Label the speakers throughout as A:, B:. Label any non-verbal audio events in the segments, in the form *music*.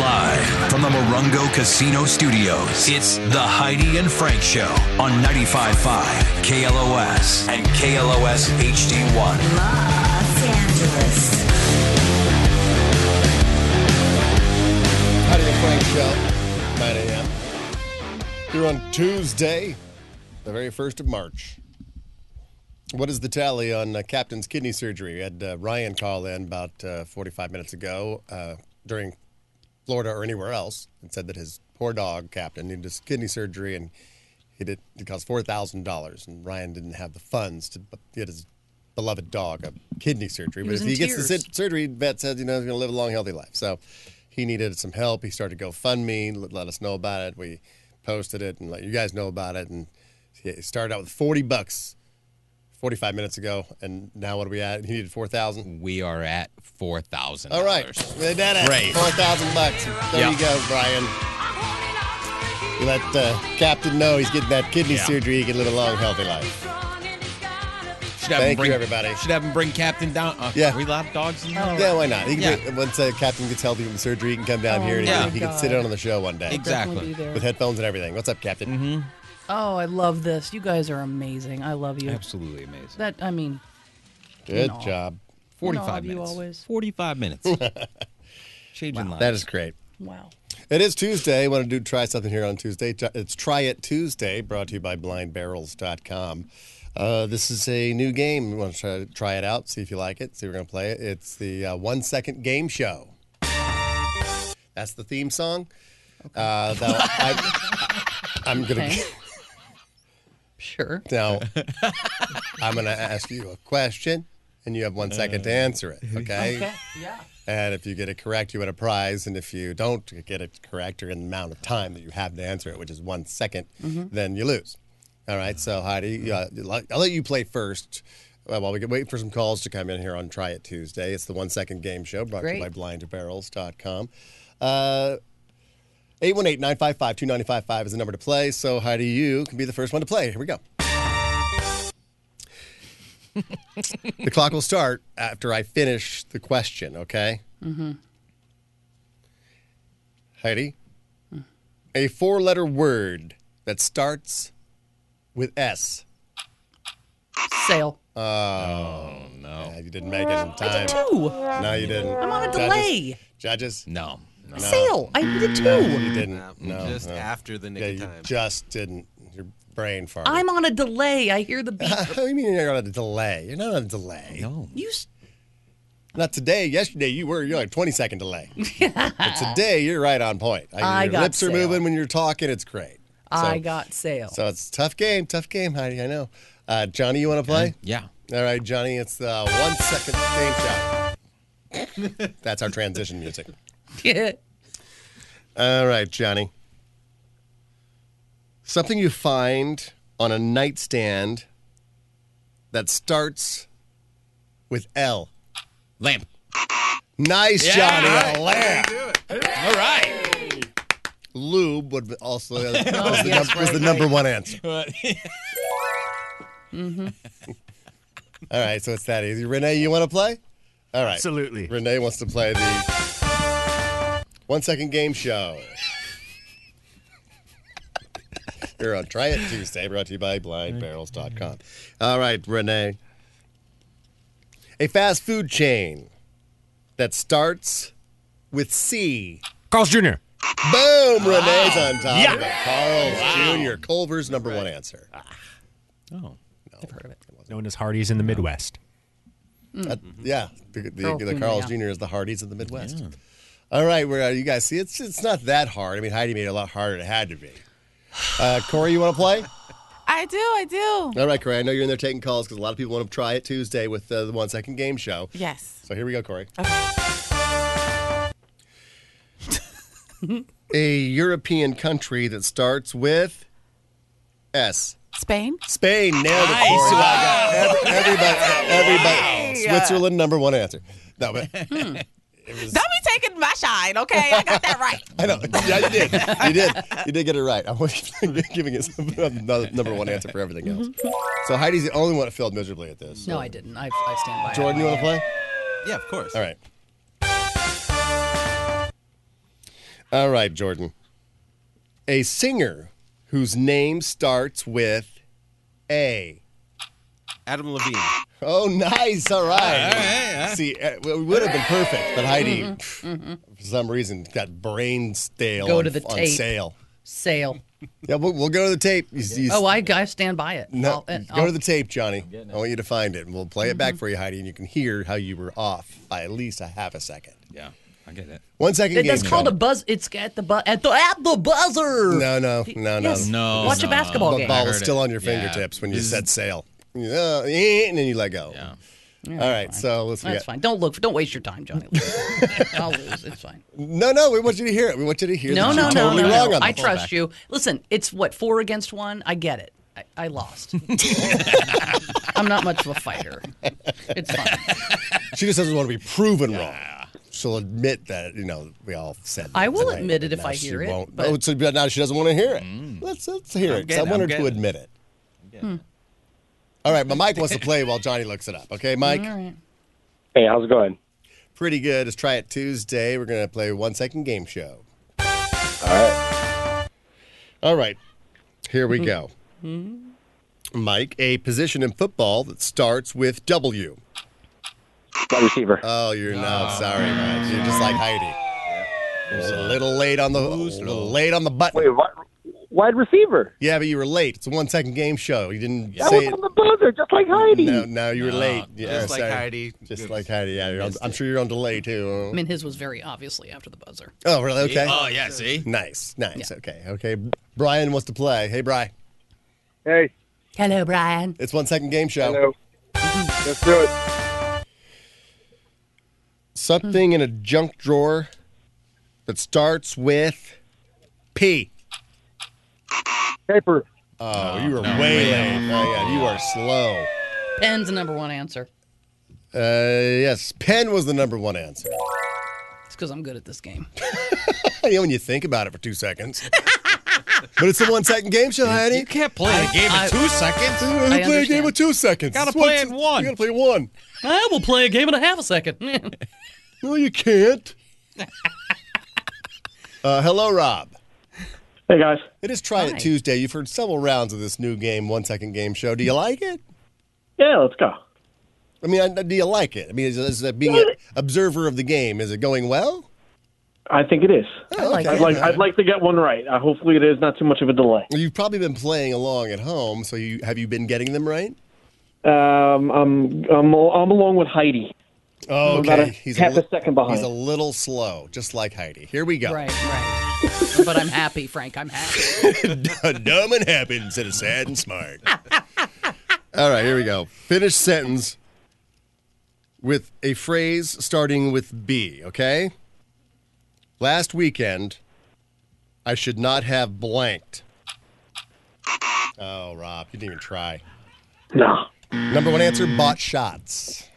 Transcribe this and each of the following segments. A: Live from the Morongo Casino Studios, it's the Heidi and Frank Show on 95.5 KLOS and KLOS HD1.
B: Los Angeles.
C: Howdy, and Frank Show, 9 a.m. Here on Tuesday, the very first of March. What is the tally on uh, Captain's kidney surgery? We had uh, Ryan call in about uh, 45 minutes ago uh, during Florida or anywhere else and said that his poor dog, Captain, needed his kidney surgery and he did, it cost $4,000. And Ryan didn't have the funds to b- get his beloved dog a kidney surgery. but
D: was
C: if
D: in
C: he gets the
D: tears.
C: sit- surgery, vet says, you know, he's going to live a long, healthy life. So he needed some help. He started GoFundMe, let, let us know about it. We posted it and let you guys know about it. And it started out with 40 bucks 45 minutes ago. And now what are we at? He needed 4000
E: we are at four thousand.
C: All right. They did it.
E: Great.
C: 4000 bucks. There
E: Yeah.
C: you go, Brian. You let the captain know he's getting that kidney
E: Yeah.
C: surgery. He can live a long, healthy life.
E: Should have
C: Thank
E: him bring,
C: you, everybody.
E: Should have him bring Captain down. Uh,
C: Yeah.
E: are We lap dogs.
D: Oh.
E: in there?
C: Yeah, why not? He can
E: Yeah.
C: be- once the captain gets healthy from surgery, he can come down
D: Oh,
C: here and
E: my
C: he, can- he can
D: God.
C: sit in on the show one day
E: Exactly.
C: with headphones and everything. What's up, Captain?
E: Mm-hmm.
D: Oh, I love this. You guys are amazing. I love you.
E: Absolutely amazing.
D: That I mean,
C: Good
D: No.
C: job.
E: Forty-five
D: you
E: minutes.
D: always.
C: *laughs*
E: Forty-five minutes. Changing lives.
C: That is great.
D: wow.
C: It is Tuesday. I want to do try something here on Tuesday. Try- It's Try It Tuesday, brought to you by blindbarrels.com. Uh, this is a new game. We want to try, try it out, see if you like it, see if we're going to play it. It's the uh, one second game show. That's the theme song. Uh, now, I,
D: *laughs*
C: I'm going to.
D: Okay. Sure.
C: Now, I'm going to ask you a question, and you have one second to answer it.
D: Uh, Okay. Yeah.
C: And if you get it correct, you win a prize. And if you don't get it correct, or in the amount of time that you have to answer it, which is one second, then you lose. All right. So Heidi, uh, I'll let you play first. uh, while we can wait for some calls to come in here on Try It Tuesday, it's the one second game show brought to you by
D: Great.
C: blindbarrels.com. Uh, 818-955-2955 is the number to play. So Heidi, you can be the first one to play. Here we go. the clock will start after I finish the question, okay? Mm-hmm. Heidi, a four-letter word that starts with S.
D: Sale.
C: Yeah, you didn't make it in time.
D: Two.
C: No, you didn't. I'm
D: on a delay.
C: Judges?
E: no. no.
D: Sale. I did two.
C: You didn't. No,
F: just
C: no.
F: after the nick of
C: Uh-huh. Yeah, you
F: time.
C: just didn't. Your brain farted.
D: I'm on a delay. I hear the beat.
C: *laughs* What do *laughs* you mean you're on a delay? You're not on a delay.
E: No.
D: You. s-
C: Not today. Yesterday you were. You're like 20 second delay.
D: *laughs*
C: but today you're right on point.
D: I
C: your
D: got
C: lips are
D: sale.
C: moving when you're talking. It's great. So,
D: I got sale.
C: So it's a tough game. Tough game, Heidi. I know. Uh, Johnny, you want to play?
E: Yeah.
C: All right, Johnny. It's the one second game shot. *laughs* That's our transition music. All right, Johnny. Something you find on a nightstand that starts with L.
E: Lamp.
C: Nice,
E: Yeah,
C: Johnny.
E: right.
C: A lamp.
E: All right.
F: *laughs*
C: Lube would be
D: *laughs*
C: also was, the, num-
D: Oh, yes,
C: was the
D: right,
C: number one answer.
E: But-
C: All right, so it's that easy. Renee, you want to play? All right. Absolutely. Renee wants to play the one second game show. Here on Try It Tuesday, brought to you by blindbarrels.com. All right, Renee. A fast food chain that starts with C.
E: Carl's Jr.
C: Boom! Renee's on top. of it. Carl's Jr. Culver's number one answer.
E: Oh.
G: known as Hardee's in the Midwest.
C: Uh, yeah, the, the,
D: Mm-hmm. Carl
C: the
D: Jr.,
C: Carl's
D: yeah.
C: Jr. is the Hardys of the Midwest. All right, where are you guys? See, it's it's not that hard. I mean, Heidi made it a lot harder. than It had to be. Uh, Corey, you want to play?
H: *laughs* I do, I do.
C: All right, Corey. I know you're in there taking calls because a lot of people want to try it Tuesday with uh, the one second game show.
H: Yes.
C: So here we go, Corey. *laughs* a European country that starts with S.
H: Spain?
C: Spain nailed it. Corey. Every- everybody, everybody. Switzerland number one answer. No, but
H: Don't be taking my shine, okay? I got that right.
C: I know. *laughs* Yeah, you did. You did. You did get it right. I'm *laughs* giving it some, another number one answer for everything else. So Heidi's the only one that failed miserably at this.
D: *laughs* No, I didn't. I, I stand by. it.
C: Jordan, you want to play?
F: Yeah, of course.
C: All right. All right, Jordan. A singer whose name starts with A.
F: Adam Levine.
C: Oh, nice. All right. See, uh, well, it would have been perfect, but Heidi,
F: Mm-hmm.
C: for some reason, got brain stale
D: Go
C: on,
D: to the
C: on
D: tape.
C: sale.
D: Sale.
C: Yeah, we'll, we'll go to the tape. You- you-
D: Oh, I, I stand by it.
C: no,
D: I'll- and
C: go
D: I'll- Mm-hmm.
C: to the tape, Johnny. I want you to find it, and we'll play it back for you, Heidi, and you can hear how you were off by at least a half a second.
F: Yeah, I get it.
C: One second.
D: That- that's
C: game
D: called a
C: show.
D: buzz. It's at the bu- at the at the buzzer.
C: No, no, no, no.
D: Yes.
F: No,
D: Watch a
F: no.
D: basketball
C: the
D: game.
F: I
C: ball was
F: heard
C: still
F: it.
C: on your
F: Yeah.
C: fingertips when you
F: Zzz.
C: said sail. You know, eh, and then you let go.
F: Yeah.
C: All right, so let's
D: That's
C: get.
D: fine. Don't look. Don't waste your
C: *laughs*
D: time, Johnny. I'll lose. It's fine.
C: No, no, we want you to hear it. We want you to hear.
D: No,
C: that
D: no,
C: you're
D: no,
C: totally
D: no, no.
C: wrong on
D: I
C: the
D: trust you. Listen, it's what four against one. I get it. I,
C: *laughs*
D: I lost. I'm not much of a fighter. It's fine.
C: She just doesn't want to be proven wrong. She'll admit that you know we all said.
D: I
C: that
D: will
C: tonight,
D: admit it
C: but
D: if
C: now
D: I
C: she
D: hear it,
C: won't.
D: but-
C: oh, so, but now she doesn't want to hear it. Let's let's hear it. 'cause I
F: getting it,
C: want her
F: Mm. I'm
C: to
F: getting it.
C: admit it.
D: Hmm.
C: All right, but Mike wants to play while Johnny looks it up. Okay, Mike.
I: Hey, how's it going?
C: Pretty good. Let's try it Tuesday. We're gonna play one second game show.
I: All right.
C: All right, here
D: Mm-hmm.
C: we go. Mike, a position in football that starts with W.
I: Wide receiver.
C: Oh, you're not sorry, Mike. You're just like Heidi. A little late on the a little late on the button.
I: Wait, wide, wide receiver.
C: Yeah, but you were late. It's a one second game show. You didn't
I: That
C: say
I: was
C: it.
I: on the buzzer, just like Heidi.
C: No, no, you were late. Yeah,
F: just like Heidi.
C: Just
F: Good.
C: like Heidi. Yeah, you're on, I'm sure you're on delay
D: I
C: too.
D: mean, his was very obviously after the buzzer.
C: Oh, really? Okay.
E: Oh, yeah, see?
C: Nice, nice. Okay, okay. Brian wants to play. Hey, Brian.
I: Hey,
D: Hello, Brian.
C: It's one second game show.
I: hello. Let's do it.
C: Something in a junk drawer that starts with P.
I: Paper.
C: Oh, you were way late. Oh, yeah, you are slow.
D: Pen's the number one answer.
C: Uh, yes, pen was the number one answer.
D: It's because I'm good at this game.
C: Yeah, when you think about it for two
E: *laughs*
C: seconds. but it's a one second game show, Heidi.
E: You can't play the game in two seconds.
C: We're gonna play a
D: understand.
C: game of two seconds.
E: Gotta
C: It's
E: play
C: one-
E: in one.
C: You gotta play one.
D: I will play a game in a half a second. *laughs*
C: No, you
E: *laughs*
C: can't. uh, hello, Rob.
I: Hey, guys.
C: It is Try It
D: Hi.
C: Tuesday. You've heard several rounds of this new game, one second game show. Do you like it?
I: Yeah, let's go.
C: I mean, I- do you like it? I mean, is, is that being an observer of the game, is it going well?
I: I think it is.
D: I like
C: okay.
I: I'd like, I'd like to get one right. Uh, hopefully, it is not too much of a delay.
C: You've probably been playing along at home, so you have you been getting them right?
I: Um, I'm, I'm, I'm along with Heidi.
C: Oh,
I: about
C: okay.
I: a half a second behind.
C: He's a little slow, just like Heidi. Here we go.
D: right,
C: *laughs*
D: right. But I'm happy, Frank. I'm happy.
C: Dumb and happy instead of sad and smart. *laughs* All right, here we go. Finish sentence with a phrase starting with B, okay? Last weekend, I should not have blanked. Oh, Rob, you didn't even try.
I: No.
C: Number one answer bought shots.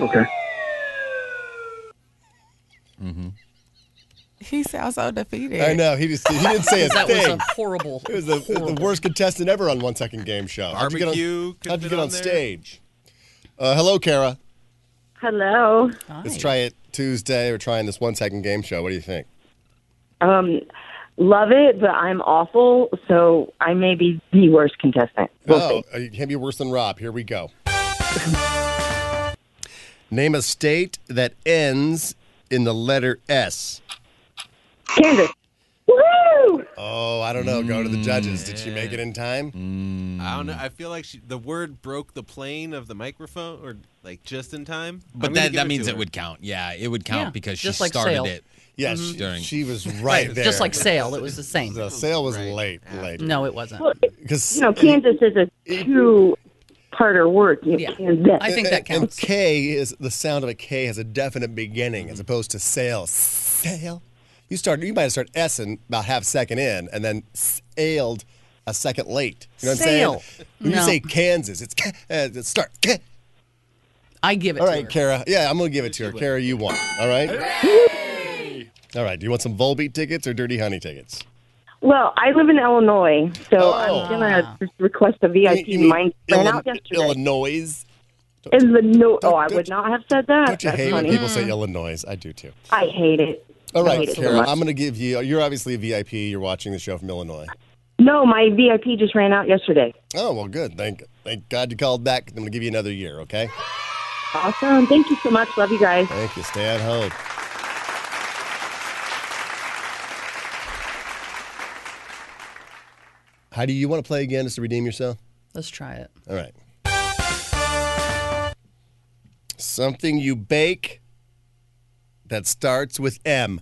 I: Okay.
H: He sounds so defeated.
C: I know, he just he didn't say a
D: That was
C: thing.
D: a horrible.
C: It was the, the worst contestant ever on One Second Game Show. How'd you get on-
F: Barbecue could
C: How'd you
F: fit
C: get on,
F: on there.
C: stage? Uh, hello, Kara.
J: Hello.
C: Let's try it Tuesday. We're trying this one second game show. What do you think?
J: Um, love it, but I'm awful, so I may be the worst contestant. We'll
C: oh,
J: see.
C: you can't be worse than Rob. Here we go. Name a state that ends in the letter S.
J: Kansas. Woo!
C: Oh, I don't know. Go to the judges. Did she make it in time?
F: I
E: Mm.
F: don't know. I feel like she, the word broke the plane of the microphone, or like just in time.
E: But
F: I'm gonna
E: that,
F: give
E: that means
F: to
E: it
F: her.
E: would count. Yeah, it would count
D: Yeah,
E: because she
D: just like
E: started
D: sale.
E: it.
C: Yes,
E: During-
C: she, was right there.
D: Just like Sale, it was the same.
C: the sale was late, late.
D: No, it wasn't.
J: Well, it-
C: Because
J: you know, Kansas is a two-parter word. You
D: Yeah.
J: Kansas.
D: I think that
C: And-
D: counts.
C: And K is the sound of a K has a definite beginning
D: Mm-hmm.
C: as opposed to sale. Sale. You start. You might start S'ing about half second in, and then sailed a second late. You know what I'm
D: Sale.
C: saying? When you
D: No.
C: say Kansas, it's K, uh, it start. K.
D: I give it
C: All
D: to
C: right,
D: her.
C: Kara. Yeah, I'm gonna give it to her. Kara, you won. All right. All right. Do you want some Volbeat tickets or Dirty Honey tickets?
J: Well, I live in Illinois, so
C: Oh.
J: I'm gonna just request a VIP.
C: You mean
J: Mine ran out
C: Illinois-
J: yesterday. *laughs* Is
C: Illinois.
J: the no-
C: Don't-
J: oh, I
C: don't
J: would
C: you-
J: not have said that.
C: Don't you
J: That's
C: hate when
J: funny.
C: people say Illinois? I do too.
J: I hate it.
C: All
J: I
C: right,
J: hate it so
C: Carol,
J: much.
C: I'm going to give you. You're obviously a VIP. You're watching the show from Illinois.
J: No, my VIP just ran out yesterday.
C: Oh well, good. Thank thank God you called back. I'm going to give you another year. Okay.
J: Awesome. Thank you so much. Love you guys.
C: Thank you. Stay at home. How do you want to play again? Just to redeem yourself.
D: Let's try it.
C: All right. Something you bake that starts with M.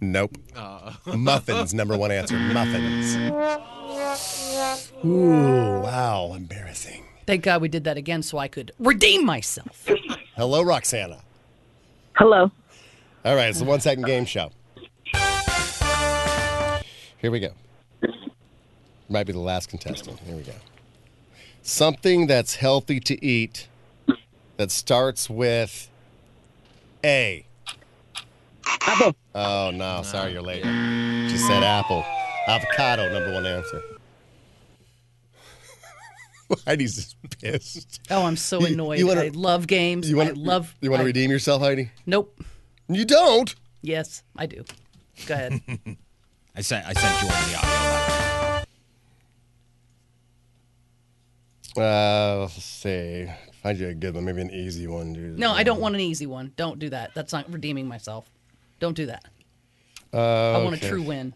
C: Nope. Muffins, number one answer. Muffins. Ooh, wow, embarrassing.
D: Thank God we did that again so I could redeem myself.
C: Hello, Roxana.
J: Hello.
C: All right, it's the one second game show. Here we go. Might be the last contestant. Here we go. Something that's healthy to eat that starts with A.
I: Apple.
C: Oh, no. Sorry, you're late. She said apple. Avocado, number one answer. *laughs* Heidi's just pissed.
D: Oh, I'm so
C: You-
D: annoyed.
C: you wanna-
D: I love games.
C: You want
D: I love.
C: You want to
D: I-
C: redeem yourself, Heidi?
D: Nope.
C: You don't.
D: Yes, I do.
C: *laughs*
D: Go ahead.
E: I sent I sent Jordan the audio.
C: Uh, let's see. Find you a good one, maybe an easy one, dude.
D: No, I don't want an easy one. Don't do that. That's not redeeming myself. Don't do that.
C: Uh,
D: I want
C: okay.
D: a true win.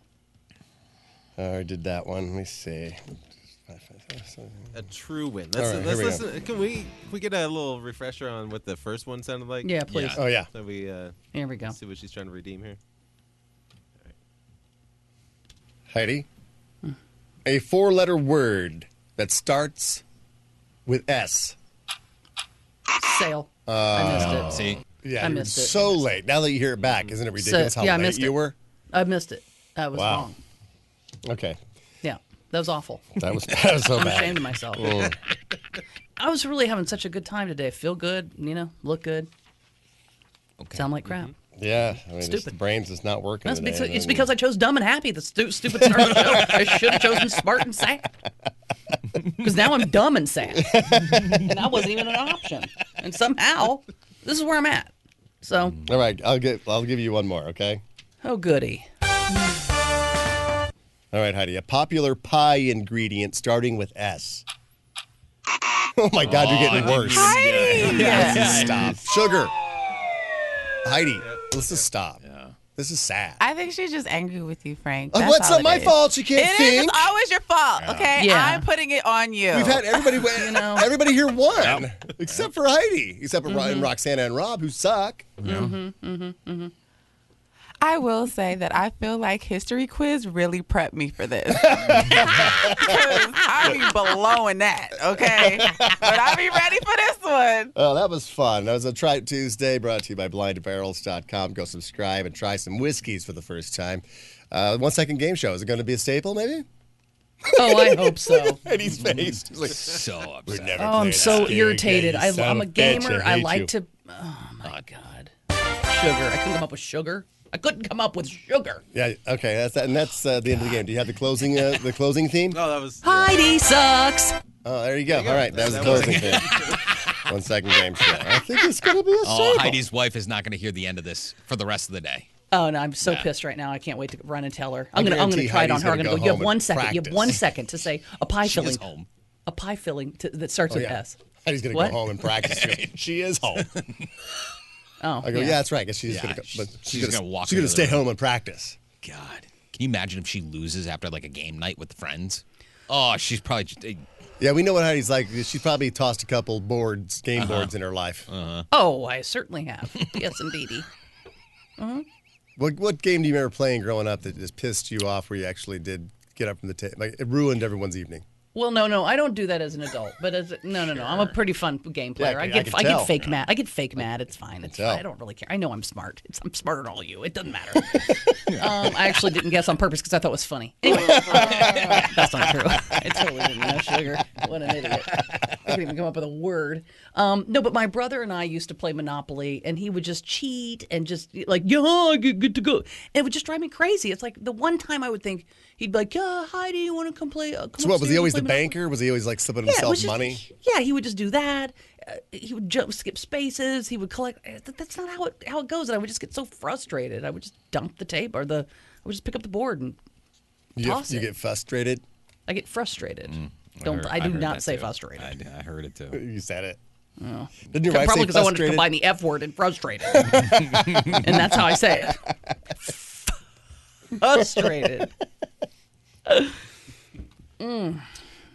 C: I did that one. Let me see.
F: A true win. Let's,
C: All right,
F: let's
C: here we go.
F: listen. Can we can we get a little refresher on what the first one sounded like?
D: Yeah, please.
C: Oh yeah.
F: So we uh,
D: Here we go.
F: see what she's trying to redeem here.
C: Heidi, a four-letter word that starts with S.
D: Sale. I
C: Uh,
D: missed it.
E: See,
C: Yeah,
D: I
C: you're
D: missed it.
C: so late. Now that you hear it back, isn't it ridiculous how
D: yeah, I
C: late
D: missed
C: you
D: it.
C: were?
D: I missed it. That was
C: Wow.
D: wrong.
C: Okay,
D: Yeah, that was awful.
C: that was *laughs* that was so
D: I'm
C: bad.
D: ashamed of myself. I was really having such a good time today. Feel good, you know, look good. Sound like
C: Mm-hmm.
D: crap.
C: Yeah, I mean, it's-
D: Stupid.
C: the brain's just not working.
D: That's
C: today,
D: because, it's
C: and-
D: because I chose dumb and happy, the stu- stupid *laughs* start of the show. I should have chosen smart and
C: *laughs*
D: sad. Because now I'm dumb and sad. and that wasn't even an option. And somehow, this is where I'm at. So,
C: All right, I'll get. I'll give you one more. Okay.
D: oh, goody.
C: All right, Heidi. A popular pie ingredient starting with S. Oh my God, you're getting worse.
H: Heidi.
C: Stop. Sugar. Heidi, let's just stop. This is sad.
H: I think she's just angry with you, Frank.
C: Uh,
H: That's
C: What's
H: all it
C: not my
H: is.
C: fault? She
H: It
C: can't
H: is.
C: think.
H: It's always your fault. Okay,
D: Yeah.
H: I'm putting it on you.
C: We've
H: *laughs*
C: had everybody. you
D: know.
C: Everybody here won, except for Heidi, except for
H: Mm-hmm.
C: Ro- and Roxana and Rob, who suck.
H: I will say that I feel like history quiz really prepped me for
C: *laughs*
H: this. *laughs* Because I be blowing that, okay? But I be ready for this one.
C: Oh, that was fun. That was a Try It Tuesday brought to you by blindbarrels.com. Go subscribe and try some whiskeys for the first time. Uh, one second game show. Is it going to be a staple, maybe? *laughs*
D: Oh, I hope so.
C: He's faced. He's like,
E: Mm-hmm. so upset.
C: never
D: Oh, I'm
C: playing
D: so
C: this game
D: irritated.
C: again,
D: I,
C: you son
D: I'm
C: of
D: a
C: bitch.
D: gamer. I,
C: hate
D: like
C: you.
D: to. Oh my god, sugar! I couldn't come up with sugar. I couldn't come up with sugar.
C: Yeah. Okay. That's that, and that's uh, the end of the game. Do you have the closing? Uh, the closing theme?
F: Oh, that was.
D: Heidi sucks.
C: Oh, there you go. All right, that was the
F: That was
C: closing thing.
E: *laughs*
C: One second game show. I think it's gonna be a
E: Oh,
C: staple.
E: Heidi's wife is not going to hear the end of this for the rest of the day.
D: Oh no, I'm so pissed right now. I can't wait to run and tell her. I'm
C: I
D: gonna, I'm gonna
C: guarantee
D: try it on
C: Heidi's
D: her. I'm
C: gonna
D: gonna
C: go
D: go. You have
C: home
D: one
C: and
D: second. You have
C: practice."
D: one second to say a pie
E: She
D: filling.
E: is home.
D: A pie filling to, that starts with
C: Oh, yeah.
D: S.
C: Heidi's gonna
D: What?
C: go home and practice.
E: *laughs*
C: *laughs* she is home.
D: Oh,
C: I go. Yeah, that's right. I guess she's
E: Yeah,
C: gonna. Go,
E: sh-
C: but
E: she's gonna walk
C: She's gonna
E: into the
C: stay
E: room.
C: home and practice.
E: God, can you imagine if she loses after like a game night with friends? Oh, she's probably just, eh,
C: Yeah, we know what Heidi's like. She's probably tossed a couple boards, game
E: Uh-huh.
C: boards in her life.
D: Oh, I certainly have. yes, indeedy.
C: What What game do you remember playing growing up that just pissed you off? Where you actually did get up from the table, like it ruined everyone's evening.
D: Well, no, no, I don't do that as an adult. But as no, no, no, I'm a pretty fun game player.
C: I
D: I
C: can- I
D: get,
C: can
D: I,
C: tell.
D: get fake mad. I get fake mad. It's fine. It's fine.
C: tell.
D: I don't really care. I know I'm smart. It's, I'm smarter than all of you. It doesn't matter. um, I actually didn't guess on purpose because I thought it was funny. *laughs* Anyway, uh, that's not true. I totally didn't know sugar. What an idiot! I couldn't even come up with a word. Um, no, but my brother and I used to play Monopoly, and he would just cheat and just like, yeah, I get good to go. And it would just drive me crazy. It's like the one time I would think he'd be like, yeah, Heidi, you want to come play? Uh, come
C: So what was
D: upstairs
C: he
D: and
C: always
D: play
C: the
D: Monopoly?"
C: banker? Was he always like slipping
D: Yeah, it
C: himself
D: was just-
C: money?
D: Yeah, he would just do that. uh, he would jump, skip spaces. He would collect. uh, th- That's not how it how it goes. And I would just get so frustrated. I would just dump the tape or the. I would just pick up the board and
C: You,
D: toss
C: get, you
D: it.
C: get frustrated.
D: I get frustrated. Don't Mm, I do not say frustrated.
E: I, I heard it too.
C: You said it.
D: Oh.
C: Didn't your
D: Yeah,
C: wife
D: Probably
C: say
D: because I wanted to
C: frustrated?
D: combine the F word
C: *laughs*
D: and frustrated, and that's how I say it.
C: *laughs*
D: Frustrated. Mm.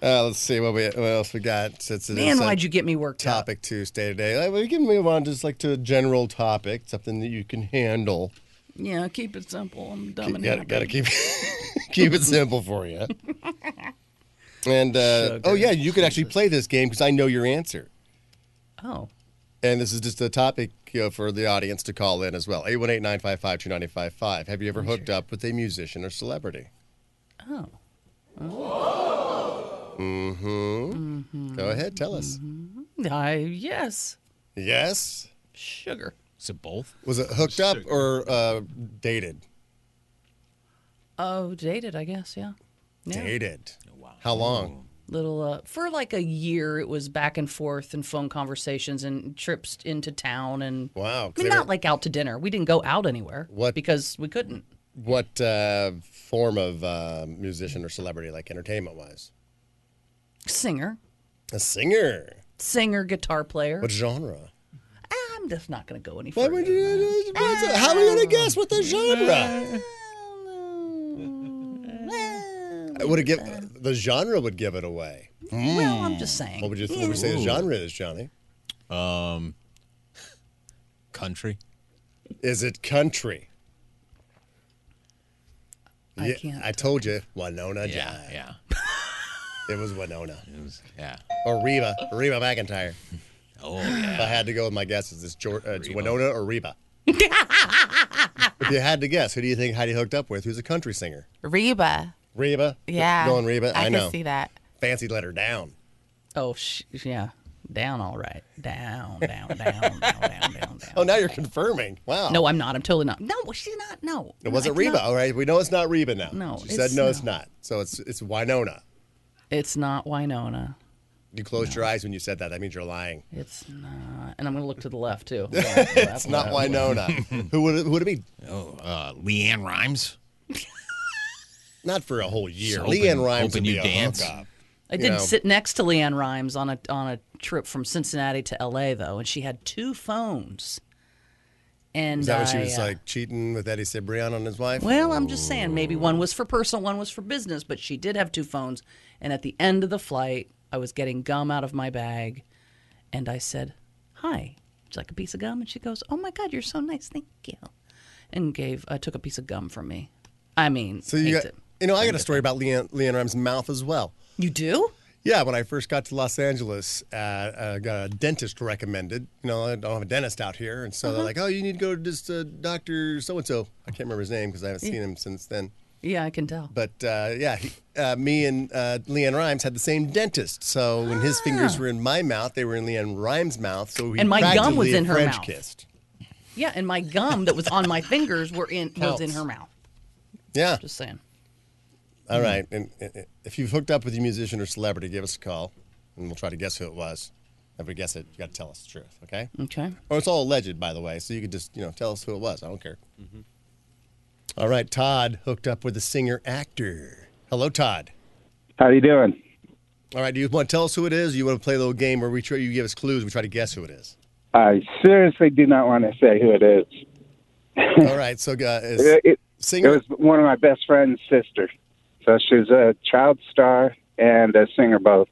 C: Uh, let's see what we what else we got. Since it
D: Man,
C: a
D: why'd you get me worked
C: topic Tuesday today. Uh, We can move on just like to a general topic, something that you can handle.
D: Yeah, keep it simple. I'm dumb
C: You
D: and
C: gotta,
D: happy.
C: gotta keep *laughs* keep it simple for
D: *laughs*
C: you. And uh, oh yeah, you can actually play this game because I know your answer.
D: Oh.
C: And this is just a topic you know, for the audience to call in as well. 818-955-2955. Have you ever hooked up with a musician or celebrity?
D: Oh.
C: Mm-hmm.
D: Mm-hmm.
C: Go ahead, tell us.
D: I yes.
C: Yes.
D: Sugar.
E: Is it both?
C: Was it hooked up or uh, dated?
D: Oh, dated, I guess, yeah. Yeah. Oh,
C: Dated. Wow. How long?
D: Little uh for like a year it was back and forth and phone conversations and trips into town and
C: Wow.
D: I mean, not like out to dinner. We didn't go out anywhere. What because we couldn't.
C: What uh, form of uh, musician or celebrity, like entertainment wise?
D: Singer.
C: A singer.
D: Singer, guitar player.
C: What genre?
D: I'm just not gonna go any
C: Why
D: further.
C: would you, how are you gonna guess what the genre? I would have give the genre would give it away.
D: Well, I'm just saying.
C: Hmm. What would you, what would you say the
E: Ooh.
C: genre is, Johnny?
E: Um, country.
C: Is it country?
E: I
C: Yeah,
E: can't
C: I told you, Winona Judd.
E: Yeah, yeah.
C: It was Winona.
E: It was, yeah.
C: Or Reba. Reba McIntyre.
E: Oh,
C: If I had to go with my guesses, it's Jor- uh, it's Winona or
H: *laughs*
C: Reba. if you had to guess, who do you think Heidi hooked up with? Who's a country singer?
H: Reba.
C: Reba.
H: Yeah.
C: Going Reba. I,
H: I,
C: know.
H: can see that.
C: Fancy let her down.
D: Oh sh- yeah. Down all right. Down, down, down, down, down, down, down.
C: *laughs* Oh, now you're confirming. Wow.
D: No, I'm not. I'm totally not. No, she's not. No.
C: It wasn't
D: I cannot-
C: Reba. All right. We know it's not Reba now.
D: No,
C: She said
D: it's
C: no, it's not. So it's it's Winona.
D: It's not Winona.
C: You closed your eyes when you said that. That means you're lying.
D: It's not. And I'm going to look to the
C: *laughs*
D: left, too.
C: it's not Winona.
D: *laughs*
C: who would it, who would it be?
E: Oh, uh, Leanne Rhymes.
C: Not for a whole year.
E: So
C: Leanne
E: open-
C: Rhymes
E: open
C: would be
E: you
C: a
E: dance.
C: hookup.
D: I
C: You
D: did
C: know.
D: sit next to Leanne Rhymes on a on a trip from Cincinnati to L.A. though, and she had two phones. And
C: Is that when she
D: I,
C: was
D: uh,
C: like cheating with Eddie Cibrian on his wife?
D: Well, I'm just saying, maybe one was for personal, one was for business, but she did have two phones. And at the end of the flight, I was getting gum out of my bag, and I said, "Hi." Would you like a piece of gum? And she goes, "Oh my God, you're so nice, thank you," and gave uh, took a piece of gum from me. I mean,
C: So you
D: hates
C: got,
D: it.
C: you know, I got a story about Leanne, Leanne Rhymes' mouth as well.
D: You do?
C: Yeah, when I first got to Los Angeles, uh, uh, got a dentist recommended. You know, I don't have a dentist out here, and so they're
D: Uh-huh.
C: like, "Oh, you need to go to this uh, doctor so and so." I can't remember his name because I haven't
D: Yeah.
C: seen him since then.
D: Yeah, I can tell.
C: But uh, yeah, he, uh, me and uh, Leanne Rhymes had the same dentist. So when his fingers were in my mouth, they were in Leanne Rhymes' mouth. So we
D: Ah. And my gum was
C: practically
D: in her
C: French
D: mouth.
C: kissed.
D: Yeah, and my gum that was on my fingers were in was in
C: Helps.
D: her mouth.
C: Yeah.
D: Just mm. saying.
C: All right. And, and if you've hooked up with a musician or celebrity, give us a call, and we'll try to guess who it was. If we guess it, you got to tell us the truth, okay?
D: Okay.
C: Or it's all alleged, by the way. So you could just, you know, tell us who it was. I don't care. All right, Todd hooked up with a singer actor. Hello, Todd.
I: How you doing?
C: All right, do you want to tell us who it is? Or you want to play a little game where we try, you give us clues, we try to guess who it
I: *laughs*
C: is.
I: I seriously do not want to say who it is.
C: All right, so uh, is
I: It, it-
C: singer.
I: it was one of my best friend's sister. So she's a child star and a singer both.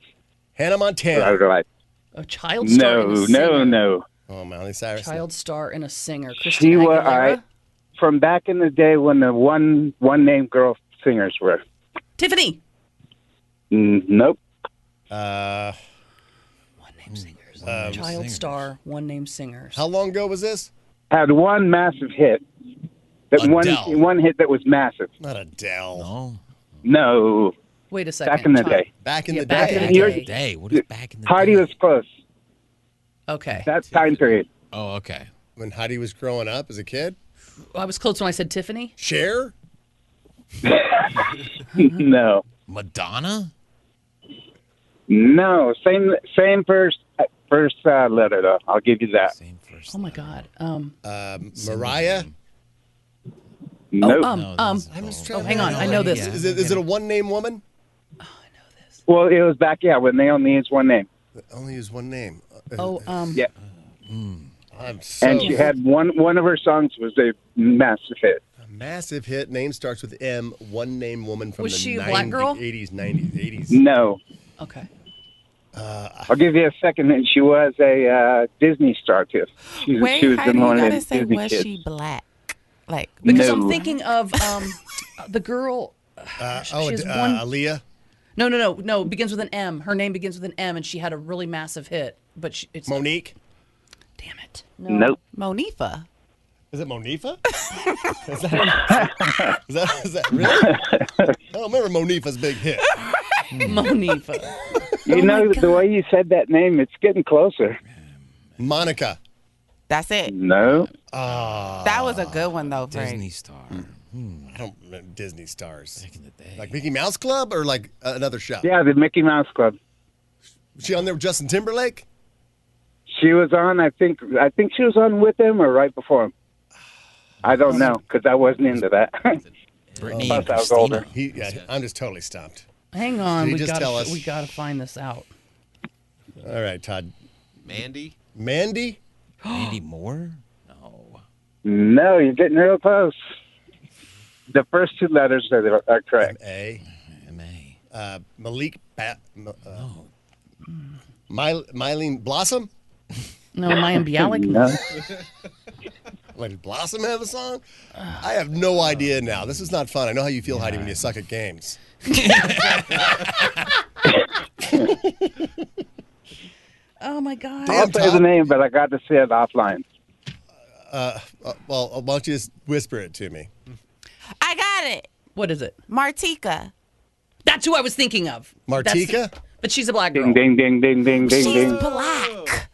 C: Hannah Montana.
I: So I was like,
D: A child star. and
I: no,
D: a
I: no,
D: singer.
I: no.
C: oh, Miley Cyrus.
D: Child star and a singer.
I: She
D: Christina
I: was
D: Aguilera.
I: all right. From back in the day when the one one name girl singers were.
D: Tiffany.
I: Mm, nope.
C: Uh,
E: Um,
D: Child star, one name singers.
C: how long ago was this?
I: Had one massive hit. That one
E: Adele.
I: one hit that was massive.
C: Not Adele.
E: No.
I: No.
D: Wait a second.
I: Back in the
D: Chi-
I: day.
C: Back in
D: Yeah,
C: the
D: back
C: day.
D: in
E: Back
D: the
E: in
D: day.
E: the day. What is back in the
I: Heidi
E: day?
I: was close.
D: Okay.
I: That time period. *laughs*
E: Oh, okay.
C: When Heidi was growing up as a kid.
D: I was close when I said Tiffany.
C: Cher?
I: no.
E: Madonna.
I: No. Same same first
K: first uh, letter, though. I'll give you that.
D: Oh my God. Um.
C: Um, Mariah.
L: Oh,
K: Nope.
D: Um. um oh, hang on. I know this.
C: Is, it, is it a one-name woman?
K: Well, it was back, yeah, when they only used one name.
C: Only use one name. Uh,
D: Oh. Um.
K: Yeah.
C: I'm so
K: and she had one one of her songs was a massive hit.
C: massive hit. Name starts with M. One name woman from
D: Was
C: the
D: she a
C: 90s,
D: black girl?
C: 80s, 90s, 80s.
K: No.
D: Okay.
K: I'll give you a second. And she was a uh, Disney star too. She's,
L: Wait,
K: she was
L: Heidi,
K: in
L: you
K: one of
L: gotta
K: the
L: say,
K: Disney
L: was
K: kids.
L: she black? Like,
D: Because I'm
K: No.
D: thinking of um, the girl.
C: Uh,
D: She
C: oh,
D: has
C: uh,
D: one-
C: Aaliyah.
D: No, no, no, no. it Begins with an M. Her name begins with an M, and she had a really massive hit. But she, it's
C: Monique.
D: damn it.
K: Nope.
L: Monifa.
C: Is it
D: *laughs*
C: Monifa? is, that, is, that, is that really? I don't remember Monifa's big hit.
D: Monifa.
L: Oh
K: You know the way you said that name, it's getting closer.
C: Monica.
L: That's it.
K: No.
L: That was a
C: Ah,
L: good one though, Frank.
E: Disney star.
C: I don't remember Disney stars. Like Mickey Mouse Club or like uh, another show?
K: Yeah, the Mickey Mouse Club.
C: Was she on there with Justin Timberlake?
K: She was on. I think. I think she was on with him or right before him. I don't know because I wasn't into that. *laughs*
E: Brittany
K: Plus,
E: and
K: I was
E: Christina.
K: older.
C: He, yeah, I'm just totally stumped.
D: Hang on,
C: Did he
D: we
C: just
D: gotta,
C: tell
D: fi-
C: us?
D: we gotta find this out.
C: All right, Todd.
M: Mandy?
C: Mandy?
E: *gasps* Mandy Moore? No.
K: no, you're getting real close. The first two letters are, the- are correct.
C: A.
E: M.A.
C: Uh, Malik. Ba- M- uh, My- Mylene Blossom?
D: No, Mayim Bialik.
K: No.
C: Like, did Blossom have a song? I have
D: Uh,
C: no idea now. This is not fun. I know how you feel, Heidi, when you suck at games.
D: Oh my God.
C: Damn,
K: I'll say the
C: Todd.
K: name, but I got to say it offline.
C: Uh, well, why don't you just whisper it to me? *laughs*
L: I got it.
D: What is it?
L: Martika.
D: That's who I was thinking of. That's the-
C: Martika?
D: but she's a black girl.
K: Ding, ding, ding, ding, ding, ding,
L: She's
K: ding.
L: black.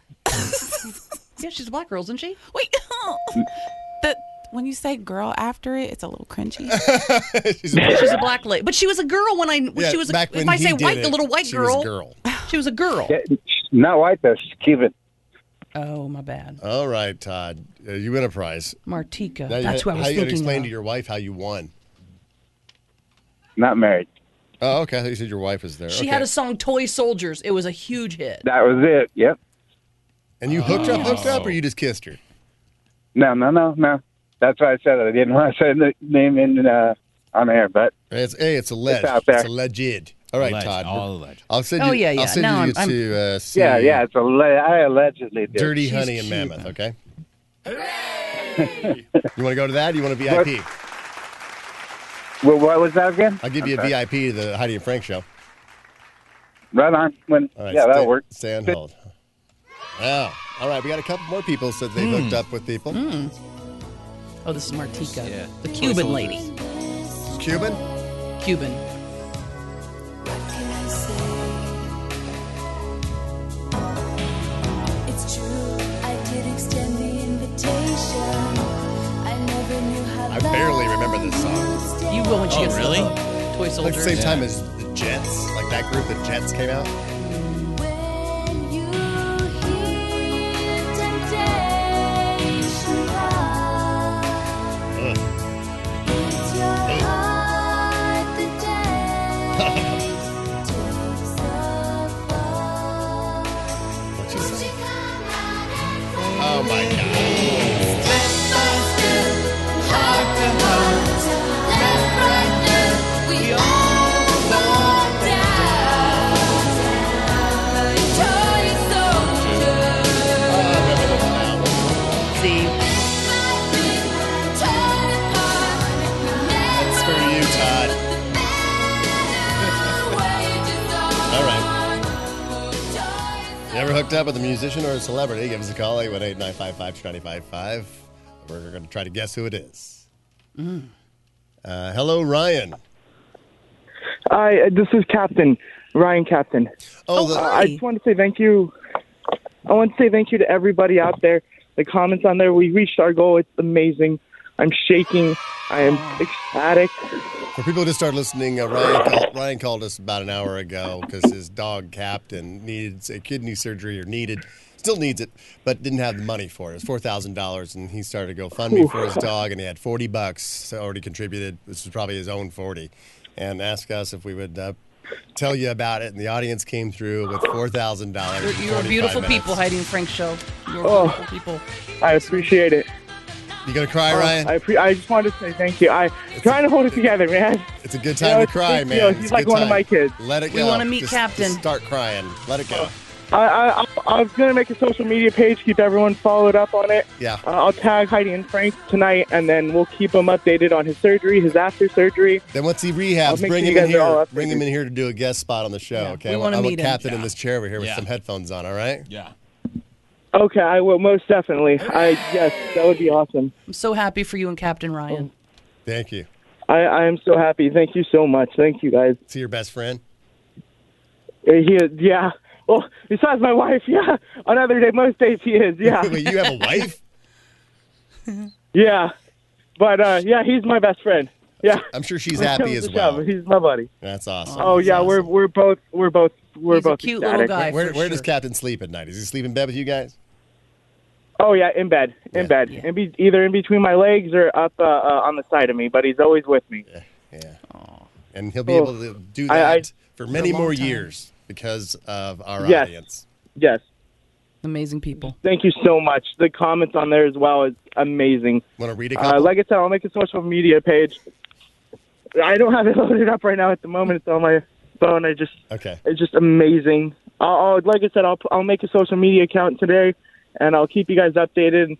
D: Yeah, she's a black girl, isn't she?
L: Wait. *laughs* the when you say girl after it, it's a little crunchy.
C: She's a-
D: She's a black lady. But she was a girl when I.
C: Yeah,
D: she was. A,
C: back
D: if
C: when
D: I
C: he
D: say
C: did
D: white,
C: it,
D: the little white
C: she
D: girl,
C: was a girl.
D: She was a girl.
K: Yeah, she's Not white though. She's Cuban.
D: Oh my bad.
C: All right, Todd. Uh, you win a prize.
D: Martika.
C: Now you-
D: That's who I was
C: how you gotta
D: thinking
C: explain
D: of.
C: to your wife how you won.
K: Not married.
C: Oh, okay. I thought you said your wife is there.
D: She
C: okay.
D: had a song, Toy Soldiers. It was a huge hit.
K: That was it. Yep.
C: And you hooked up, hooked
D: Oh.
C: up, or you just kissed her?
K: No, no, no, no. That's why I said it. I didn't want to say the name in uh, on air, but
C: It's hey, it's a ledge.
K: It's out there.
C: a legend. All right,
E: Alleged,
C: Todd.
E: All alleged.
C: I'll send you.
D: Oh, yeah, yeah.
C: I'll send
D: Now
C: you
D: I'm-
C: to uh, see.
K: yeah, yeah. It's a le- I allegedly did.
C: Dirty Honey and Mammoth. Okay. you want to go to that? Or you
K: *laughs*
C: want a VIP?
K: Well, what was that again?
C: I'll give you a VIP to the Heidi and Frank show.
K: Right on. When,
C: All right.
K: yeah,
C: stay-
K: that'll work.
C: Stay on hold. Wow. All right, we got a couple more people said they
E: Hmm.
C: hooked up with people.
D: Hmm. Oh, this is Martika.
M: Yeah.
D: The Cuban lady.
C: Cuban.
D: Cuban.
H: It's true, I did extend the invitation. I never knew how
C: I barely remember this song.
D: You will when she
E: Oh,
D: gets to the
E: really?
D: hook. Toy
C: Like
D: Soldiers.
C: the same time as the Jets, like that group, the Jets came out.
H: When you hear temptation cry,
C: Hmm.
H: it's your heart that dares to survive.
C: What's this?
H: She come out and
C: Oh my God! Oh,
D: See,
C: That's for you, Todd. All right. You ever hooked up with a musician or a celebrity? Give us a call 818 955 955. We're going to try to guess who it is. Uh, hello, Ryan.
N: Hi, uh, this is Captain Ryan Captain.
C: Oh,
N: Uh,
C: the,
N: I just want to say thank you. I want to say thank you to everybody out there. The comments on there, we reached our goal. It's amazing.
K: I'm shaking. I am ecstatic.
C: For people who just started listening, uh, Ryan, called, Ryan called us about an hour ago because his dog Captain needs a kidney surgery or needed, still needs it, but didn't have the money for it. It was four thousand dollars, and he started to GoFundMe
K: Ooh. *laughs*
C: for his dog, and he had forty bucks already contributed. This was probably his own forty, and asked us if we would. Uh, Tell you about it, and the audience came through with four thousand dollars.
D: You're beautiful people, Heidi and Frank Show. You're
K: Oh.
D: beautiful people.
K: I appreciate it.
C: You gonna cry,
K: Uh,
C: Ryan?
K: I, appre- I just wanted to say thank you. I trying to hold it together, man.
C: It's a good
K: You
C: time
K: know,
C: to cry,
K: it's-
C: man.
K: you know,
C: It's
K: he's
C: a
K: like
C: good
K: one of
C: time.
K: my kids.
C: Let it
K: We
C: go.
K: wanna meet
C: Just-
K: Captain.
C: just start crying. Let it go.
K: I, I, I, I was gonna make a social media page, keep everyone followed up on it.
C: Yeah.
K: Uh, I'll tag Heidi and Frank tonight, and then we'll keep them updated on his surgery, his after surgery.
C: Then once he rehabs,
K: I'll make
C: bring
K: sure
C: him in
K: you guys are all
C: here.
K: up
C: Bring
K: to
C: him
K: date.
C: in here to do a guest spot on the show. okay,
K: we
C: I want
K: wanna
C: I want
K: meet him.
C: Captain in this chair over here with
K: Yeah.
C: some headphones on. All right.
E: Yeah.
K: Okay, I will most definitely. I yes, that would be awesome.
D: I'm so happy for you and Captain Ryan.
C: Oh. Thank you.
K: I, I am so happy. Thank you so much. Thank you guys.
C: See your best friend.
K: Uh, He is, yeah. Well, besides my wife, *laughs* yeah. On other day, most days he is,
C: *laughs*
K: *laughs* yeah.
C: Wait, you have a wife?
K: yeah, but uh, yeah, he's my best friend. Yeah,
C: I'm sure
K: *laughs*
C: she's
K: When it
C: Uh, happy
K: comes
C: as
K: to
C: well.
K: shove, He's my buddy.
C: That's awesome.
K: Oh yeah, we're we're both we're both we're both ecstatic.
C: Where, where does Captain sleep at night? Is he sleep in bed with you guys?
K: Oh yeah, in bed, in bed, in be- either in between my legs or up uh, uh, on the side of me. But he's always with me.
C: And he'll be
K: Oh,
C: able to do that
K: I- I-
C: for
K: For a
C: many
K: long
C: more
K: time.
C: years because of our
K: Yes.
C: audience.
K: Yes.
D: Amazing people.
K: Thank you so much. The comments on there as well is amazing.
C: Want to read a
K: Uh,
C: couple?
K: like I said, I'll make a social media page. I don't have it *laughs* loaded up right now at the moment. It's on my phone. I just
C: okay.
K: it's just amazing. I'll, I'll like I said, I'll I'll make a social media account today, and I'll keep you guys updated.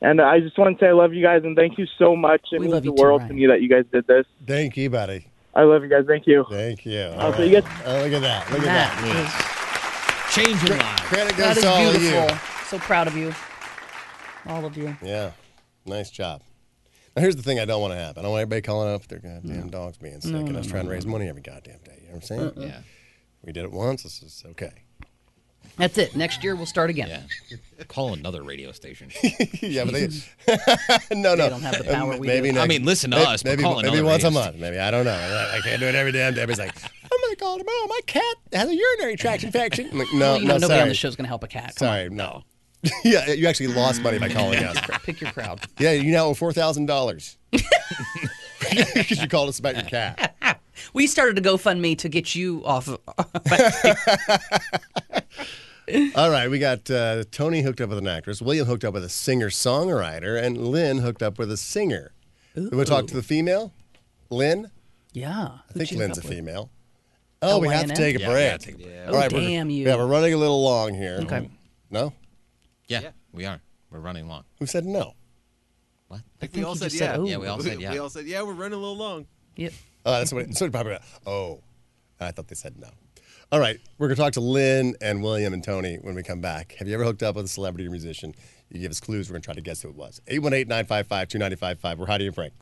K: And I just want to say I love you guys and thank you so much. It means the world to me that you guys did this.
C: Thank you, buddy.
K: I love you guys. Thank you.
C: Thank you.
K: I'll
C: All
K: see you
C: right.
K: guys.
C: Oh, look at that. Look at
K: That
C: that.
E: Changing
C: Cre-
E: lives.
C: Credit
D: That
C: goes
D: is
C: to all of you.
D: beautiful. So proud of you. All of you.
C: Yeah. Nice job. Now, here's the thing I don't want to happen. I don't want everybody calling up their goddamn dogs being sick
D: No,
C: and
D: no,
C: us
D: no,
C: trying to
D: no,
C: raise
D: no.
C: money every goddamn day. You know what I'm saying?
D: Mm-mm. Yeah.
C: We did it once. This is okay. *laughs*
D: That's it. Next year we'll start again.
E: Call another radio *laughs* station.
C: yeah, but
D: *laughs*
C: they, *laughs* no, no.
D: don't have the power we
C: maybe
E: do.
C: Next,
E: I mean, listen to
C: may-
E: us, but
C: Maybe,
E: call
C: maybe
E: another
C: once a
E: radio
C: month. Maybe. I don't know. I can't do it every damn day. Everybody's like, I'm going to call tomorrow. My cat has a urinary tract infection. I'm like, no,
D: *laughs* Well, you know,
C: no,
D: nobody
C: sorry.
D: on the show's going to help a cat. Come
C: sorry, no. *laughs* yeah, you actually lost money by calling
D: *laughs*
C: us.
D: on. Pick your crowd.
C: Yeah, you now owe *laughs* $4,000 because you called us about your cat.
D: We started a GoFundMe to get you off. Of,
C: All right, we got uh, Tony hooked up with an actress, William hooked up with a singer songwriter, and Lynn hooked up with a singer. We want to talk to the female? Lynn?
D: yeah.
C: I think Lynn's a female.
D: Oh,
C: Oh, we have to
D: YNN?
C: take a
D: Yeah, we
C: break.
D: gotta take a break. Oh, damn
C: we're,
D: you.
C: Yeah, we're running a little long here.
D: Okay.
C: No?
E: Yeah, we are. We're running long.
C: Who said no?
F: Like we
E: think
F: all
E: you
F: said
E: just
F: yeah.
E: said, "Ooh." Yeah, we all said yeah.
F: We all said yeah. We're running a little long.
D: Yep.
C: Uh, that's what it, so it probably Oh, I thought they said no. All right, we're going to talk to Lynn and William and Tony when we come back. Have you ever hooked up with a celebrity or musician? You give us clues. We're going to try to guess who it was. 818 955 2955. We're Heidi and Frank.